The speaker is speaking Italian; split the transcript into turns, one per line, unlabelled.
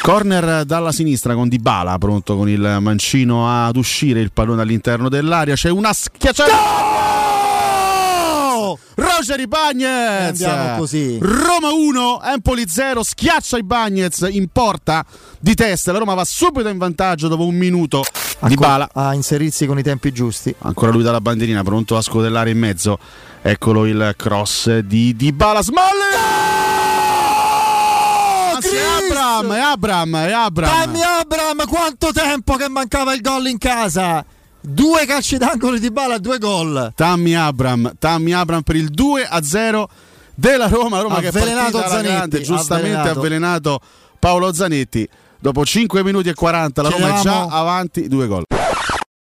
Corner dalla sinistra con Dybala pronto con il mancino ad uscire il pallone all'interno dell'aria. C'è una schiacciata. No! Roger Ibagnez
Andiamo così.
Roma 1, Empoli 0, schiaccia Ibagnez in porta di testa. La Roma va subito in vantaggio dopo un minuto di bala.
A inserirsi con i tempi giusti.
Ancora lui dalla bandierina, pronto a scodellare in mezzo. Eccolo il cross di Dybala. Smalling! Anzi, è Abram, è Abram, è Abram.
Oh, Dammi Abram, quanto tempo che mancava il gol in casa! Due calci d'angolo di bala, due gol.
Tammy Abram, Tammy Abram per il 2 a 0 della Roma. La Roma
Avvelenato
che è partita alla
Zanetti,
grande, giustamente
avvelenato.
avvelenato Paolo Zanetti. Dopo 5 minuti e 40 la Roma è già
Chiedevamo-
avanti, due gol.